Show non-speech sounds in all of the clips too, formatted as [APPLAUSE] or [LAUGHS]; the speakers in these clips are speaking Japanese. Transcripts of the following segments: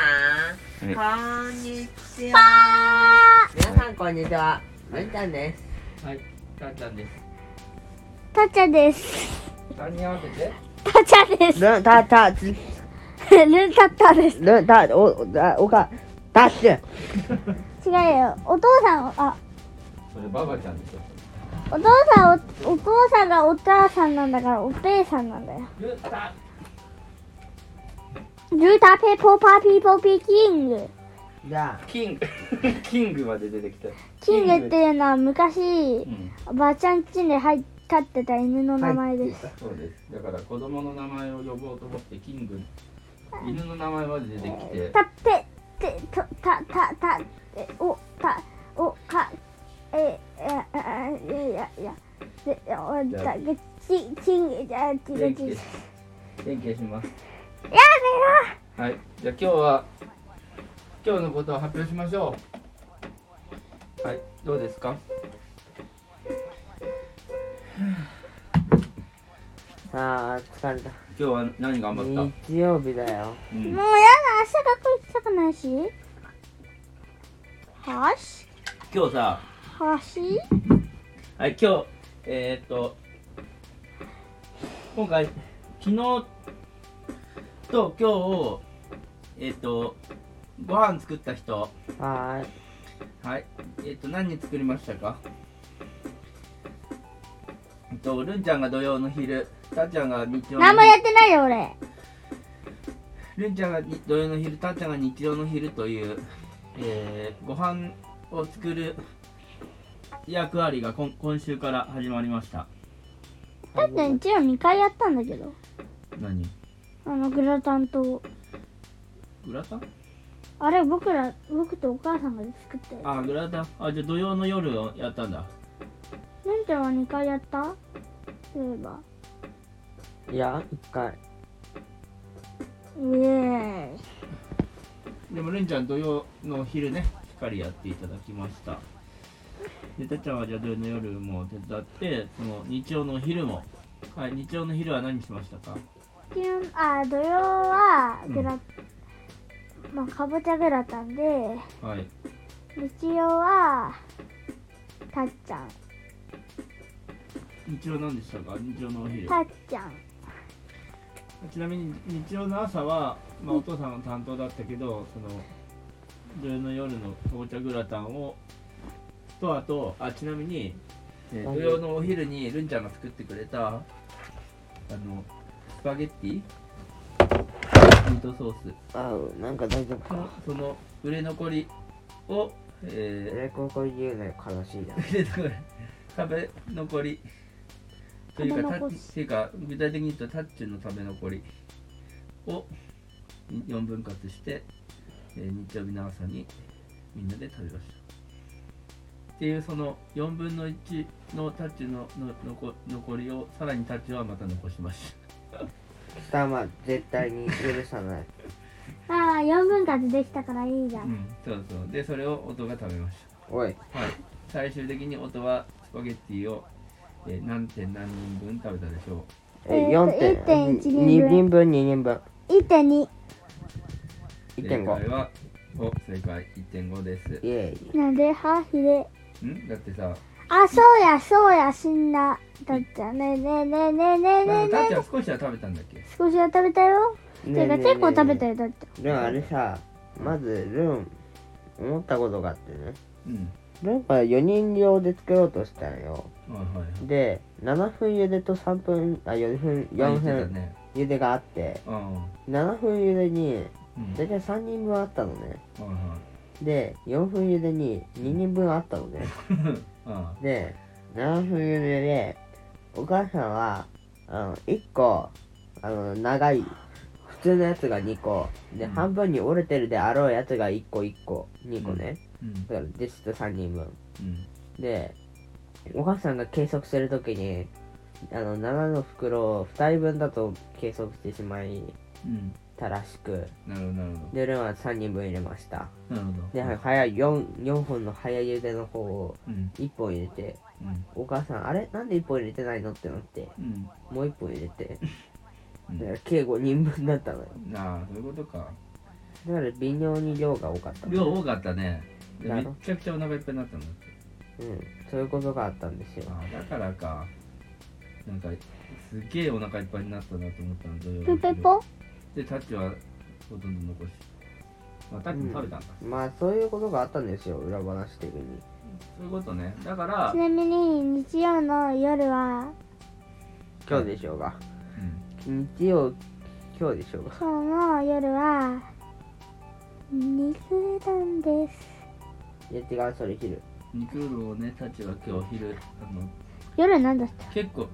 こんにちは。皆さんこんにちは。文ちゃんです。はい、たっちゃんです。たちゃです。三人合わせて。たちゃです。ルンタタチルンタッタです。ルンタおおおかダッシュ。違うよ。お父さんを、あ、そればばちゃんでしょ。お父さんお、お父さんがお母さんなんだから、おぺいさんなんだよ。ゆった。ルータペポパピーポピーキング。じゃキング。 [LAUGHS] キングまで出てきた。キングっていうのは昔、うん、おばあちゃん家に入っ飼ってた犬の名前です。そうです。だから子供の名前を呼ぼうと思ってキング。犬の名前まで出てきて。たぺてとたたたえおたおかええええいやいやでおだけちちんじゃちが連携ちやめろし。連携します。はい。じゃあ今日は今日のことを発表しましょう。はい。どうですか。あさあ疲れた。今日は何頑張っ日曜日だよ。た。うんもうやだ朝学校行きたくないしはし今日さ、はしはい、今日、えー、っと、今回、昨日と今日、えー、っと、ご飯作った人、はーい。はい、えー、っと、何作りましたかえっと、るんちゃんが土曜の昼、たっちゃんが日曜の何もやってないよ俺るんちゃんがに土曜の昼、たっちゃんが日曜の昼という、えー、ご飯を作る役割が今今週から始まりました。だってうちら2回やったんだけど何あのグラタンとグラタンあれ僕ら僕とお母さんが作ったよあ、グラタン。あ、じゃあ土曜の夜をやったんだ。なんちゃんは2回やったそういえばいや一回。イエーイでも、レンちゃん土曜の昼ね、しっかりやっていただきました。で、たっちゃんはじゃあ土曜の夜も手伝って、その日曜のお昼も。はい、日曜の昼は何しましたか昨日あ土曜はグラ、まあ、かぼちゃグラタンではい。日曜はたっちゃん日曜何でしたか日曜のお昼。たっちゃんちなみに日曜の朝は、まあ、お父さんの担当だったけど、その土曜の夜の紅茶グラタンをとあとあちなみに、えー土曜のお昼にるんちゃんが作ってくれたあのスパゲッティミートソースあうなんか大丈夫のか。その売れ残りを、ええここ言うのよ悲しいな。ー、売れ残り食べ残りというか食べた残っしていうか具体的に言うとタッチュの食べ残りを4分割して、えー日曜日の朝にみんなで食べましたっていうその4分の1のタッチュのののこ残りをさらにタッチュはまた残しまし貴様絶対に許さない。ああ4分割できたからいいじゃた、ん、そうそうでそれを音が食べましたおい。はい、最終的に音はスパゲッティを、えー何点何人分食べたでしょえーえと四点1.1二人分二人分1.2う一点五正。解はお正解1.5ですイエーイ。なんではひでんだってさ、あそうやそうや死んだたっちゃんねえねえねえねえねえねまあ、えタッねチえは少しは食べたんだっけ少しは食べたよ、ねえてねえかねえ結構食べたよだってルンあれさまずルン思ったことがあってねうんルンは4人用で作ろうとしたのよはいはいはいで7分茹でと3分あ4分4あ言ってた分ね茹でがあってうん7分茹でにうん大体3人分あったのねはで4分茹でに2人分あったのねいはい [LAUGHS] あで7分茹ででお母さんはあの1個あの長い普通のやつが2個でうん半分に折れてるであろうやつが1個1個2個ね、うんだから実質3人分うんでお母さんが計測するときにあの7の袋を2人分だと計測してしまいうんたらしくなるほどなるほでルンは3人分入れましたどなるほでど早い 4, 4本の早茹での方をうん1本入れてうんお母さんあれなんで1本入れてないのってなってうんもう1本入れてうんだから計5人分だったのよなあそういうことかだから微妙に量が多かった量多かったねでなめるっちゃくちゃお腹いっぱいになったんだってうんそういうことがあったんですよああだからかなんかすげえお腹いっぱいになったなと思ったの土曜日プペポでタッチはほとんど残し、まあ、タッチも食べたんだ、まあそういうことがあったんですよ裏話的にそういうことねだからち、なみに日曜の夜は今日でしょうがうん日曜今日でしょうが今日の夜は肉うどんですいや違うそれ昼肉類をねタッチは今日昼あの夜なんだった結構、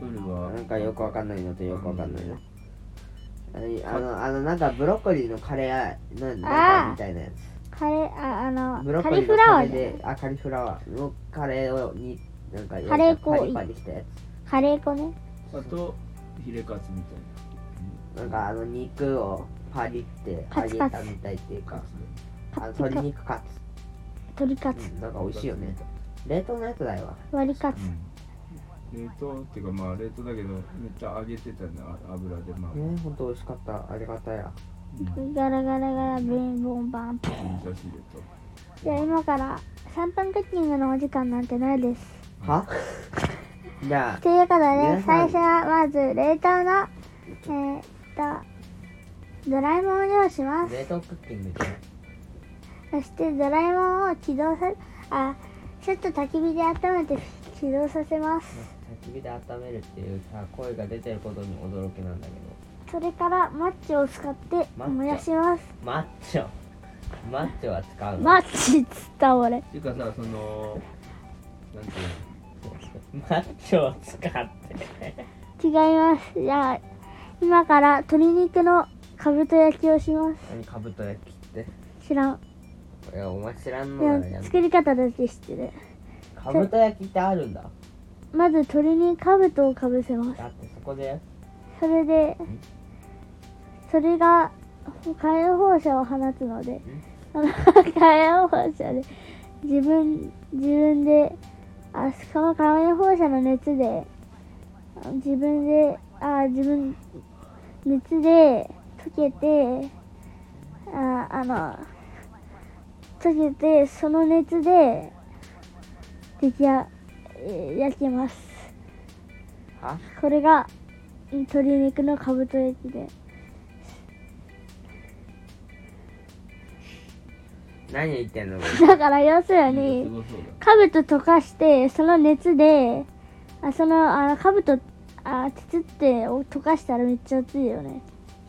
うん、夜はなんかよくわかんないのとよくわかんないのあのあのあのなんかブロッコリーのカレーななんかみたいなやつカレーああブロッのカコリリーフのラカワレーーでであカリフラワーのカレーをになんかカレー粉パリパリしたやカレー粉ねあとヒレカツみたいつなんかあの肉をパリってカ揚ツげカたツみたいっていうなかカツあのカツカ鶏肉カ鶏カツツ、うん、なんか美味しいよね冷凍のやつだよ割りカツうん冷凍っていうかまあ冷凍だけどめっちゃ揚げてたんだ油でまあ、ねほんと美味しかったありがたやうんガラガラガラビンボンバン味噌汁とじゃあ今から3分クッキングのお時間なんてないですは [LAUGHS] じゃということ皆で最さん初はまず冷凍のえーっとドラえもんを用意しあます冷凍クッキングじゃんそしてドラえもんを起動さあちょっと焚き火で温めて起動させます焚き火で温めるっていうさ声が出てることに驚きなんだけどそれからマッチを使ってマッチ燃やしますマッチョマッチョは使うのマッチっつった俺っていうかさそのなんていうのマッチョを使って違いますじゃあ今から鶏肉のかぶと焼きをしま何かぶと焼きってす知らんいやお前知らんいのなや作り方だけ知ってるかぶと焼きってあるんだまず鶏にかぶとをかぶせますだってそこでそれでそれが火炎放射を放つのであの [LAUGHS] 火炎放射で自分自分であその火炎放射の熱であ自分であ自分熱で溶けてああの溶けてその熱で出来やえー焼きますはこれが鶏肉のかぶと焼きで何言ってんのだから要するすにごそう兜溶かしてその熱であそのあの兜あ筒ってを溶かしたらめっちゃ熱いよね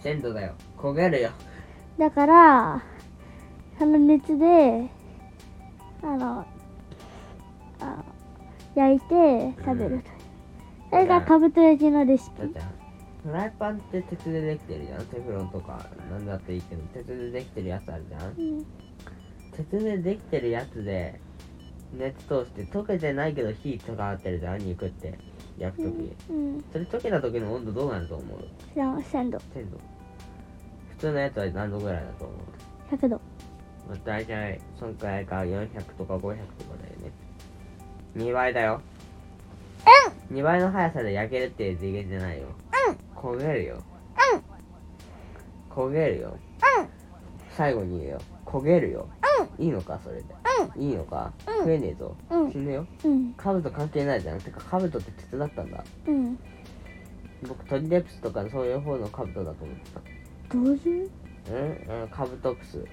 鮮度だよ焦げるよだからその熱であのあ焼いて食べると、それがかぶと焼きのレシだっピてフライパンって鉄でできてるじゃんテフロンとかなんだっていいけど鉄でできてるやつあるじゃんうん鉄でできてるやつで熱通して溶けてないけど火とかってるじゃん肉って焼くとき、うんそれ溶けた時の温度どうなると思う知らん鮮度鮮度普通のやつは何度ぐらいだと思う100度まあ大体そんくらいか400とか500とかだよね2倍だようん2倍の速さで焼けるっていう次元じゃないようん焦げるようん焦げるようん最後に言うよ焦げるようんいいのかそれでうんいいのか食えねえぞうん死ぬようんカブト関係ないじゃんてかカブトって鉄だったんだうん僕トリデプスとかそういう方のカブトだと思ってたどういううんうんカブトプス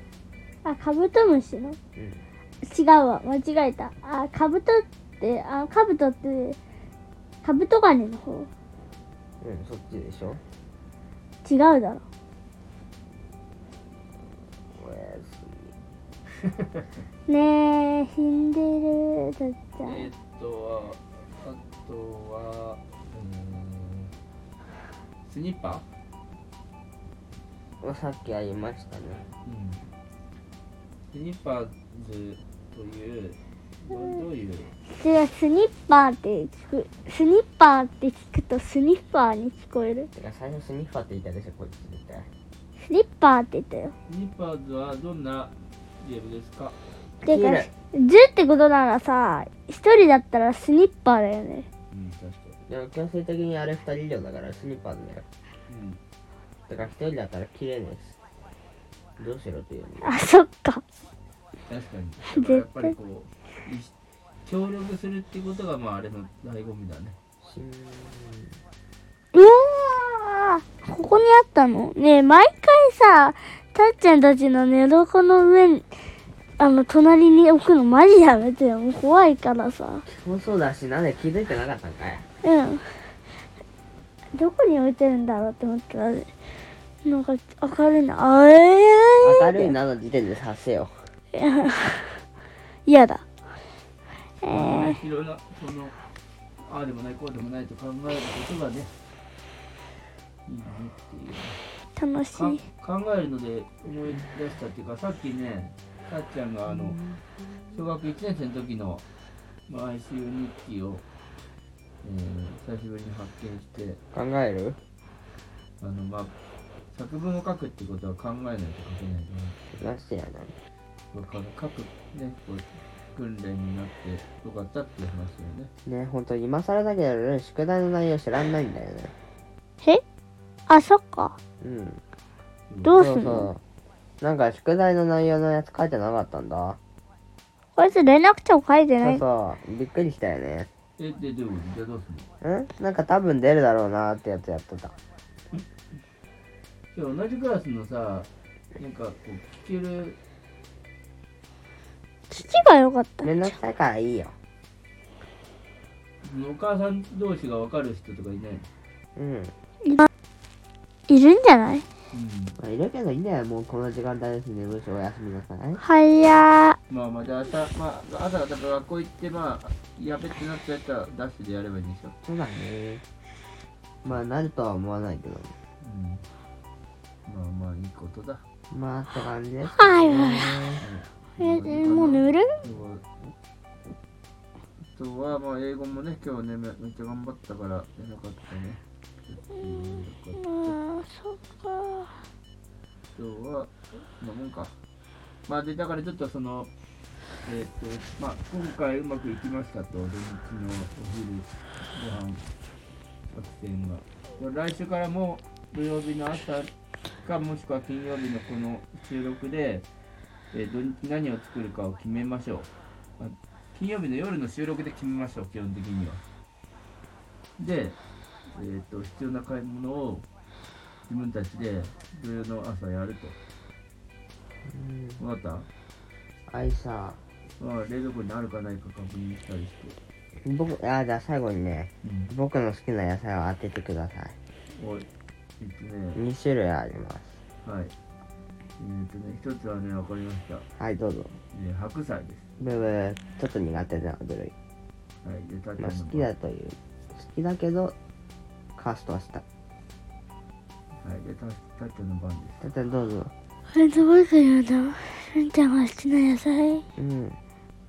あカブトムシのうん違うわ間違えたあカブトってあカブトってカブトガニの方うんそっちでしょ違うだろおやすみねえ死んでるだっちゃだえんっとああとはうーんスニッパまあさっきありましたねー、スニッパーズというどうどういうでスニッパーって聞くスニッパーって聞くとスニッパーに聞こえるてか最初スニッパーって言ったでしょこいつ絶対スニッパーって言ったよスニッパーズはどんなゲームですかていいかね10ってことならさ一人だったらスニッパーだよねうん確かでも強制的にあれ2人以上だからスニッパーズだよだに、から1人だったら切れねえしどうしろというのあそっか確かにだからやっぱりこうい協力するっていうことがまああれの醍醐味だねしんうわーここにあったのねえ毎回さたっちゃんたちの寝床の上にあの隣に置くのマジやめてよもう怖いからさもうそうだしなんで気づいてなかったんかいうんどこに置いてるんだろうって思ったらなんか明るいなあえー明るいなの時点で察せよ嫌だえまあーねいろんなそのああでもないこうでもないと考えることがねいいねっていう楽しいか考えるので思い出したっていうかさっきねさっちゃんがあの小学1年生の時の毎週日記を、えー久しぶりに発見して考えるあの、まあ、作文を書くってことは考えないと書けないなしてやなからこう書くねこう訓練になってよかったっていう話だよねね本当今更だけどルン宿題の内容知らんないんだよねえあそっかうんどうすそんうのそうなんか宿題の内容のやつ書いてなかったんだこいつ連絡帳書いてなそういそうびっくりしたよねえででもじゃあどうすんのんなんか多分出るだろうなってやつやってた今日同じクラスのさなんかこう聞ける聞けばよかっためんどくさいからいいよそのお母さん同士が分かる人とかいないのうん、いるんじゃないまあ、いるけどいいんだよもうこの時間帯ですねむしろおやすみなさいはやまあまあじゃあ朝、まあ、朝だから学校行ってまあやべってなったやつはダッシュでやればいいんでしょ、そうだねまあなるとは思わないけどまあまあいいことだまあって感じですはい [LAUGHS] はいえうんえもう寝るあとはまあ英語もね今日ねめめっちゃ頑張ったから出なかったねあーそっか今日はこんなもんかまあでだからちょっとそのえっ、とまあ今回うまくいきましたと土日のお昼ご飯作戦がこれ来週からも土曜日の朝かもしくは金曜日のこの収録で、えー土日何を作るかを決めましょうあ金曜日の夜の収録で決めましょう基本的にはでえっ、と必要な買い物を自分たちで土曜の朝やるうんと分かったあいさまあ冷蔵庫にあるかないか確認したりして、僕あじゃあ最後にねうん、僕の好きな野菜を当ててくださいおいえっとね2種類ありますはいえっとね一つはね分かりました、はいどうぞえー白菜ですブーブーちょっと苦手な部類、はいでたっちまゃあ、んの好きだという好きだけどカーストはしたはいでたたっちゃんの番ですだってどうぞこれどこ行くのだしんちゃんが好きな野菜ううん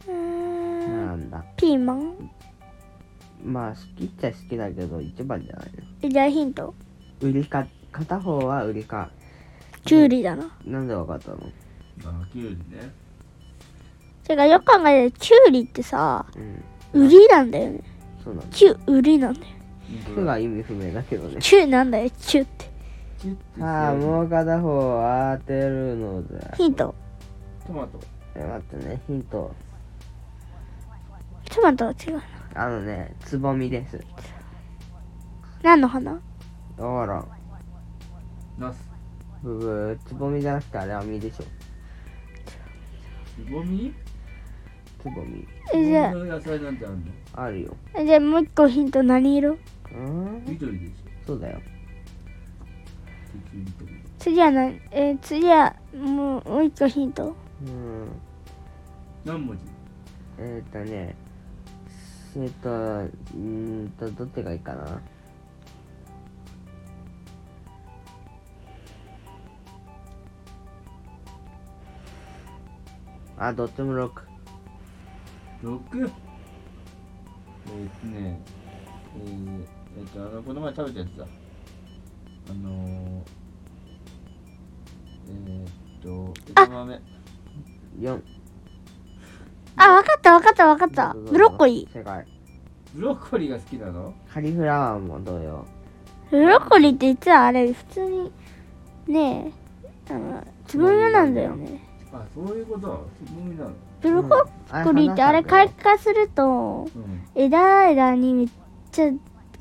ーんなんだピーマンまあ好きっちゃ好きだけど一番じゃないのえじゃあヒント売りか片方は売りかキュウリだななんでわかったのあきゅうりねてかよく考えてキュウリってさうん売りなんだよねそうなんだキュウ売りなんだよ「く」が意味不明だけ [LAUGHS] どねキュウなんだよキュウってキュッてああもう片方を当てるのじゃヒントトマトえ待ってねヒントトマトは違うなあのねつぼみです何の花だからナスブブーつぼみじゃなくてあれは実でしょつぼみつぼみえじゃつぼみの野菜なんてあるのあるよあじゃあもう一個ヒント何色うん緑でしょそうだよ普通にと次は何えー次はもうもう一個ヒントうん何文字えっ、ー、とねえっ、ー、とうーんとどっちがいいかなあどっちも六。六。えー、っとね、えー、えー、っと、あの、この前食べたやつだ。あのー、えー、っと、枝豆。四。あわかったわかったわかったどうぞどうぞブロッコリー正解ブロッコリーが好きなのカリフラワーも同様ブロッコリーって実はあれ普通にねえあのつぼみなんだよねあそういうことつぼみなのブルコッコリーってあれ開花するとうん枝枝にめっちゃ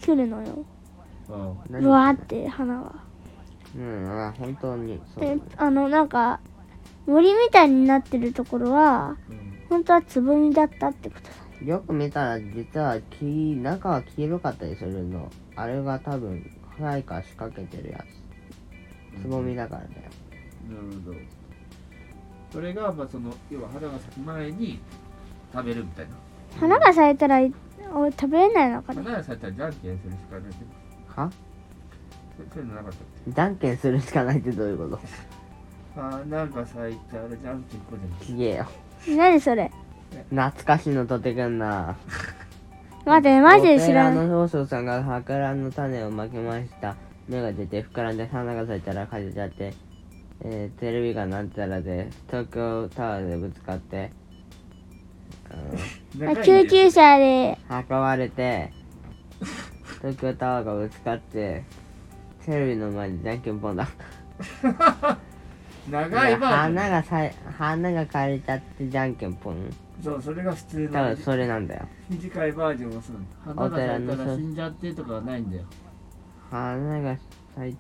来るのよあ何うわーって花がうんあ本当にそうだでねあのなんか森みたいになってるところはうん本当はつぼみだったってことだよく見たら実は黄中は黄色かったりするのあれが多分何か仕掛けてるやつつぼみだからだよなるほどそれがまあその要は花が咲く前に食べるみたいな花が咲いたらいお食べれないのかな花が咲いたらじゃんけんするしかないけどはそそういうのなかったっけじゃんけんするしかないってどういうこと花が咲いたらじゃんけんこうじゃんけちげえよ何それ懐かしいの取ってくんな待ってマジで知おらな寺いの少将さんが桜の種をまきました芽が出て膨らんで花が咲いたら枯れちゃって、えーテレビがなんたらで東京タワーでぶつかって、ん仲いい救ね急車でうん、運ばれて東京タワーがぶつかってテレビの前でじゃんけんぽんだ長いバージョン花がさい花が枯れちゃってじゃんけんぽんそうそれが普通多の分それなんだよ短いバージョンはそう花が咲いたら死んじゃってとかはないんだよ花が咲い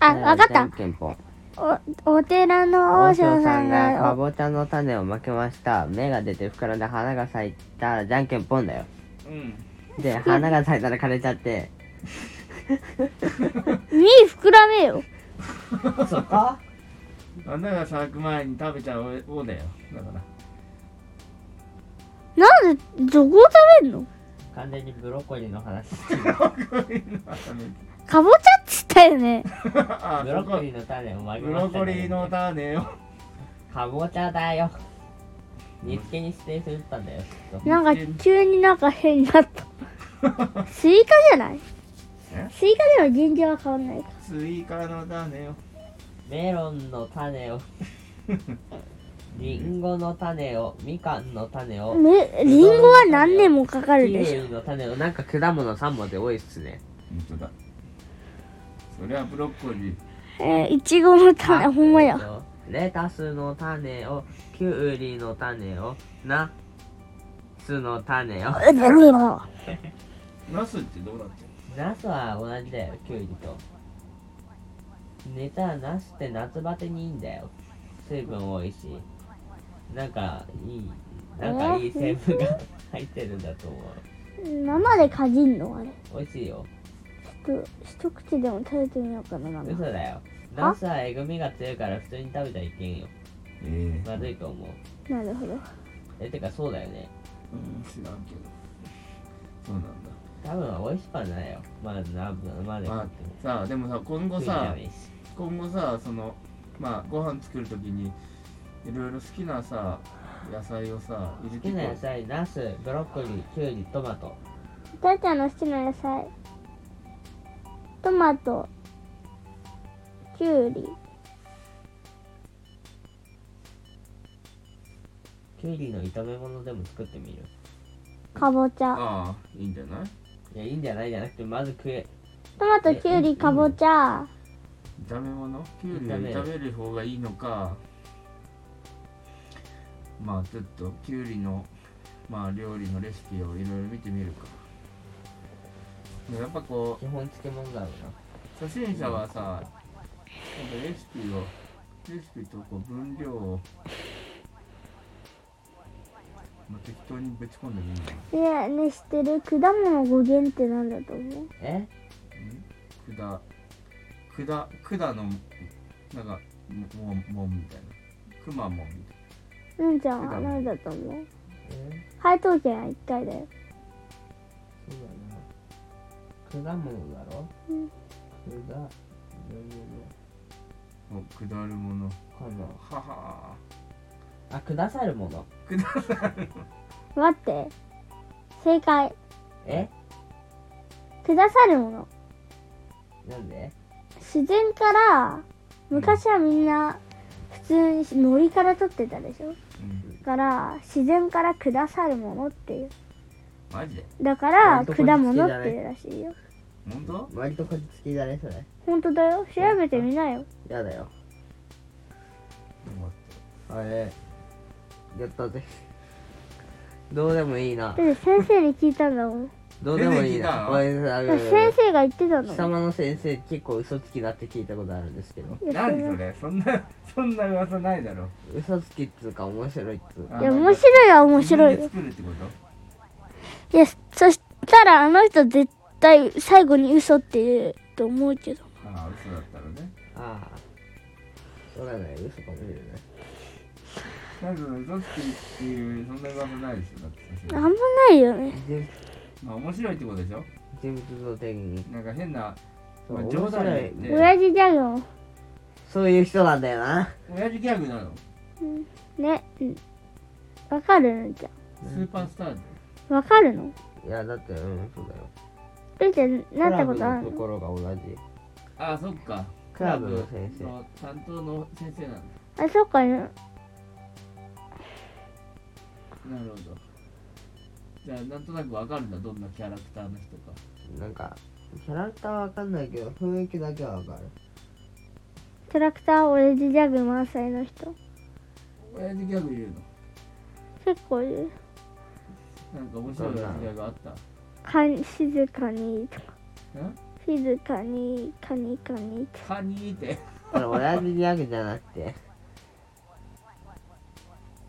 あらわかっじゃたんけんぽんおお寺の王王将将ささんんがかがぼちゃの種をまけました芽が出て膨らんで花が咲いたらじゃんけんぽんだようんで花が咲いたら枯れちゃって身膨らめよそこ花が咲く前に食べちゃおうだよだからなんでどこを食べんの完全にブロッコリーの [LAUGHS] 話かぼちゃっつったよねあそこーの種をまブロッコリーの種をかぼちゃだよ煮付けに指定するたんだよなんか急になんか変になったスイカじゃないえスイカでも全然は変わんないかスイカの種をメロンの種 [LAUGHS] をリンゴの種をみかんの種をめリンゴは何年もかかるキでウしょイの種をなんか果物3本で多いっすね本当だそれはブロッコリーえーいちごの種ほんまやレタスの種をキュウリの種をナスの種をうだるだナスってどうなっちゃナスは同じだよキュウリとネタはナスって夏バテにいいんだよ水分多いしなんかいいなんかいい成分が入ってるんだと思生でかじんのあれう美味しいよちょっと一口でも食べてみようかななんか嘘だよナスはえぐみが強いから普通に食べちゃいけんようえまずいと思うなるほどえてかそうだよねうん知らんけどそうなんだ多分美味しくはないよまあなまで食まってあもさあでもさ今後食いじゃさないし今後さそのまあご飯作るときにいろいろ好きなさ野菜をさ入れ好てきなこ野菜ナスブロッコリーキュウリトマトたーちゃんの好きな野菜トマトきゅうりキュウリの炒め物でも作ってみるかぼちゃああいいんじゃないいやいいんじゃないじゃなくてまず食えトマトきゅうりかぼちゃ炒め物きゅうりを炒める方がいいのかまあちょっときゅうりのまあ料理のレシピをいろいろ見てみるかでもやっぱこう基本漬物だろ初心者はさなんかレシピをレシピとこう分量を、まあ、適当にぶち込んでみるのかねえねえ知ってる果物語源ってなんだと思ううなえなくだくだのなんかもももんみたいなくまもんみたいななんちゃんは何だと思うえ解答権は1回だよそうだな果物だろうん果物お下るものかなははあくださるもの待って正解えくださるものなんで自然から昔はみんな普通に森から取ってたでしょうん、だから自然からくださるものっていうマジでだから割とこっち果物っていうらしいよ本当割とこっち好きだねそれ本当だよ調べてみなよやだよあれやったぜどうでもいいなだって先生に聞いたんだもん。どうでもいいな出俺あだのから先生が言ってたの。貴様の先生結構嘘つきだって聞いたことあるんですけどいや何そそれれそんなそんな噂ないだろ嘘つきっつうか面白いっつうかいや面白いは面白い自よ。分で作るってこといやそしたらあの人絶対最後に嘘って言うと思うけど。ああ嘘だったらねああわかんない嘘かもしれないなんか嘘つきっていうそんな噂ないでしょだってあさんまないよね。人まあ面白いってことでしょ人物の定義になんか変なそうまあ面冗談白言いって親父ギャグもそういう人なんだよな親父ギャグなのね。うんわかるのじゃスーパースターでん。わかるの？いやだってうんそうだよペンちゃんなったことクあラブのるとの？ころが同じああそっかクラブの先生の担当の先生なんだあそっかね。なるほどじゃあなんとなくわかるんだどんなキャラクターの人かなんかキャラクターはわかんないけど雰囲気だけはわかるキャラクター親父ギャグ満載の人。親父ギャグいる結構いる。のなんか面白い親父ギャグあったかん静かにとかん静かにカニカニってカニーってこれ親父ギャグじゃなくて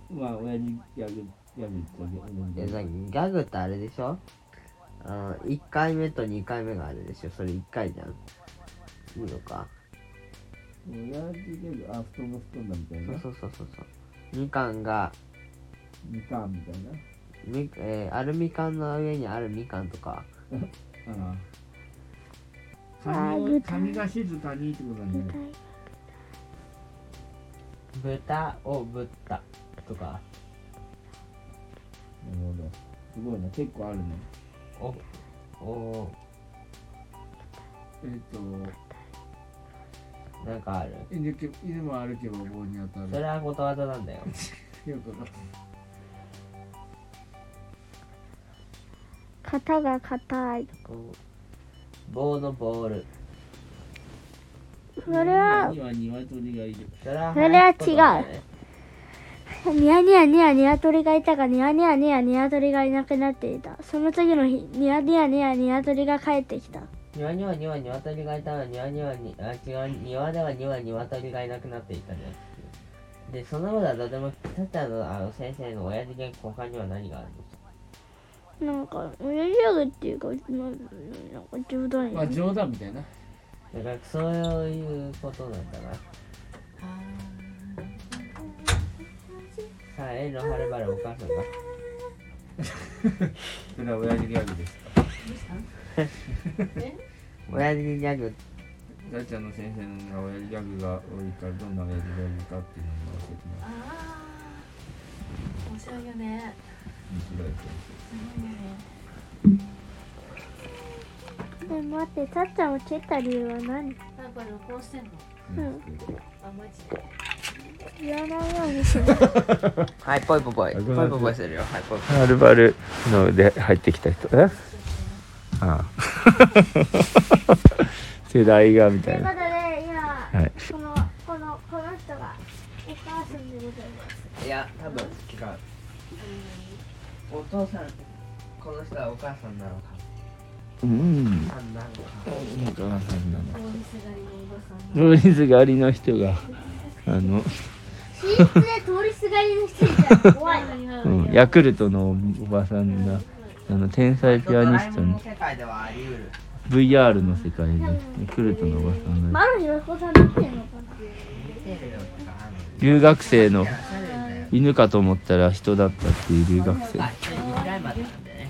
まあ親父ギャグギャグってわけいやなんかギャグってあれでしょあの1回目と2回目があるでしょそれ1回じゃんいいのか親父ギャグあ布団が布団だみたいそうなそうそうそうそうみかんがみかんみたいなみ、えーアルミ缶の上にあるみかんとかあああー髪具を体髪が静かにってことだ舞ね台豚をぶったとかなるほどすごいな結構あるねおおえっ、となんかある犬け犬も歩けば棒に当そたれるはことわざなん [LAUGHS] だよよくわかんない型が硬い棒のボールそれはには鶏がいるそれはそれは違うニヤニヤニヤニワトリがいたがニヤニヤニヤニワトリがいなくなっていたその次の日ニヤニヤニヤニワトリが帰ってきた庭には庭に鶏がいたら庭にはにあ違う庭では庭に鶏がいなくなっていたねでそんなことはとてもたったのあの先生の親父の他には何があるのなんか親父ギャグっていうかななんか冗談まあよね冗談みたいな。だからそういうことなんだな。さあ、遠路はるばるお母さんが。それは親父ギャグですか。親父ギャグ、大ちゃんの先生の親父ギャグが多いからどんな親父ギャグかっていうのも教えてもらあー面白いっよねて面白いですよすごいよねえ待ってたっちゃんを蹴った理由は何なんか旅行してんのうんあマジで言わないようにしよはい、ぽいぽいぽい。ぽいぽいぽいするよ。はい、ぽいぽい。はるばるので入ってきた人えああ [LAUGHS] 世代がみとたいういことなで今はいこのこのこの人がお母さんでございますいや、多分違う。お父さん、この人はお母さんな [LAUGHS] のか。うんさんなのか。お母さんなの大西狩りのおばさん [LAUGHS] ロリス狩りの人があの、寝室で通りすがりの人いたら怖いにううんん、ヤクルトのおばさんがあの天才ピアニストのに世界ではあり得る。 VR の世界にヤクルトのおばさんがマロヒロコさんなってんのか見てるよとかある。留学生のおしゃれだよ。犬かと思ったら人だったっていう留学生、あ、1ぐらいまでなんでね。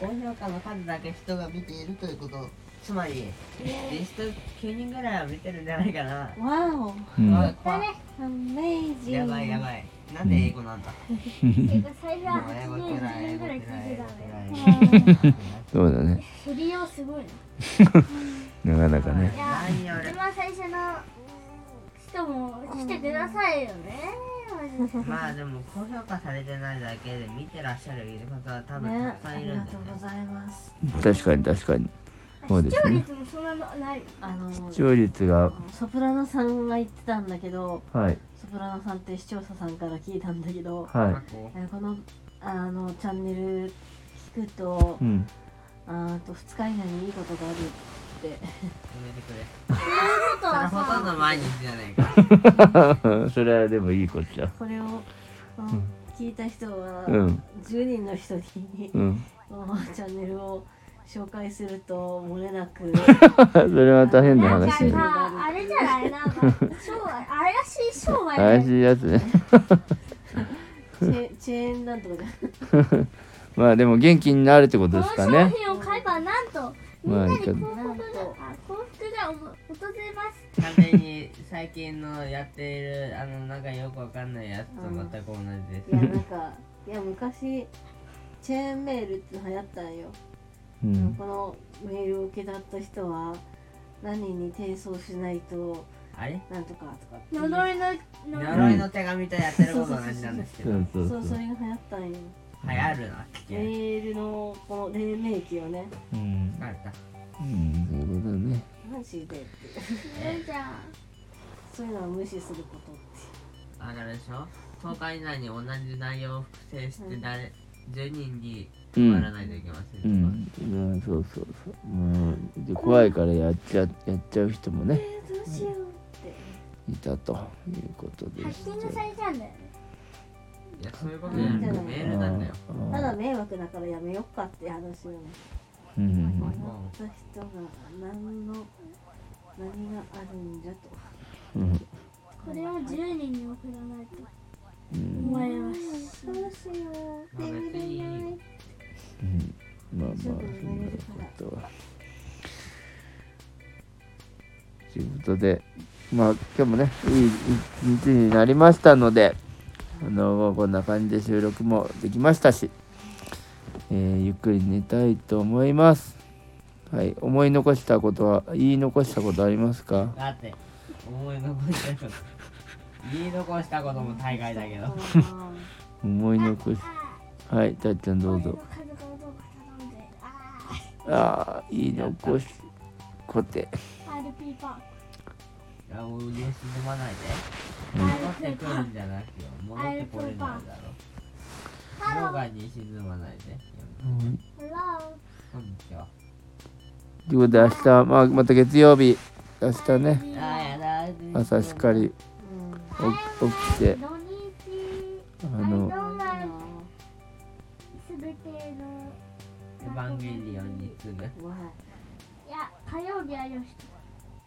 高評価の数だけ人が見ているということつまりリスト9人ぐらいは見てるんじゃないかな、わうんうあん、怖いおアメイジングやばいやばいなんで英語なんだ、なてか最初はもう英8語人嫌い10英人語嫌ぐらいい聞いてた英語ね嫌いそうだね処理量すごいななかなかねいや何より一番最初の人も来てくださいよねマジでまあでも高評価されてないだけで見てらっしゃる方は多分ねたくさあんいりるがんだとようねございます確かに確かにそうですね率もそんなのない。あの視聴率がソプラノさんが言ってたんだけどはいソプラノさんって視聴者さんから聞いたんだけど、はあのこのあのチャンネル聞くというん [LAUGHS] あと2日以内にいいことがあるってめてくれあそとれはほさとんど毎日じゃないかそれはでもいいこっちゃこれを、あの聞いた人はうん10人の人に、うん [LAUGHS] このチャンネルを紹介すると漏れな [LAUGHS] くそれは大変ななんか話ねさ、あれじゃないなんか、商売、怪しい商売だよ怪ね。しいやつね [LAUGHS] チェチェーンなんとかじゃまあでも元気になるってことこのですか商ね品を買えばなんと、みんまあないにい幸か福が、あ幸福が訪れます。完全に最近のやっているあのなんかよくわかんないやつと全く同じですいやなんかいや昔チェーンメールって流行ったんよ、うんこのメールを受け取った人は何人に転送しないとあれなんとかとかっていう呪いの、呪い呪いの手紙とやってること同じなんですけそど流うそうそうそそうれが流行ったんよ行るな危険メールのこの黎明期をねうん疲れたうんそういうことだねマジでってじゃん。そういうのは無視することってあれでしょ10日以内に同じ内容を複製して誰10人にうん配らないといけません、うん、うんそうそうそう、うん、で怖いからやっちゃやっちゃう人もねえどうしようっていたということでハッしキングてされちゃうんだよね。いやそういうことじゃなくてメールなんだよあたーだ迷惑だからやめよっかって話よねうんもらった人が何の何があるんじゃとうんこれを10人に送らないとうん思います。どうしようまあ別にいいようんまあまあそんなことは。ということでまあ今日もねいい一日になりましたのであのこんな感じで収録もできましたし、えーゆっくり寝たいと思います。はい、思い残したことは言い残したことありますかだって思い残したこと言い残したことも大概だけど思い残しあはいたっちゃんあ、どう俺のぞ家族をどうか頼んで。あああ言い残しこてあ、RP パーク。いやもう身を沈まないで戻って RP くパるーク。んじゃなくよ戻ってこれないだろハうロー。外に沈まないでハロー。こんにちはということで明日、まあ、また月曜日明日ねあやだ朝しっかり起起きて土日、あアイドのルはすべての、エヴァンゲリオンに次ぐわいや、火曜日はよしと。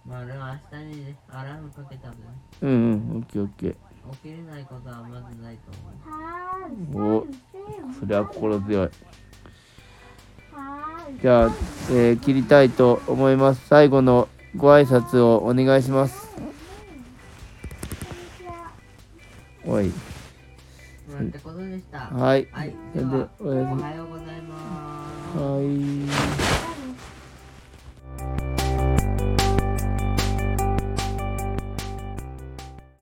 まあ俺は明日にねアラームかけたのねうんうんオッケーオッケー起きれないことはまずないと思うはーおい。それは心強いはーい。じゃあ、えー切りたいと思います最後のご挨拶をお願いしますおいなんてことでしたはいはいそれでおやすみおはようござい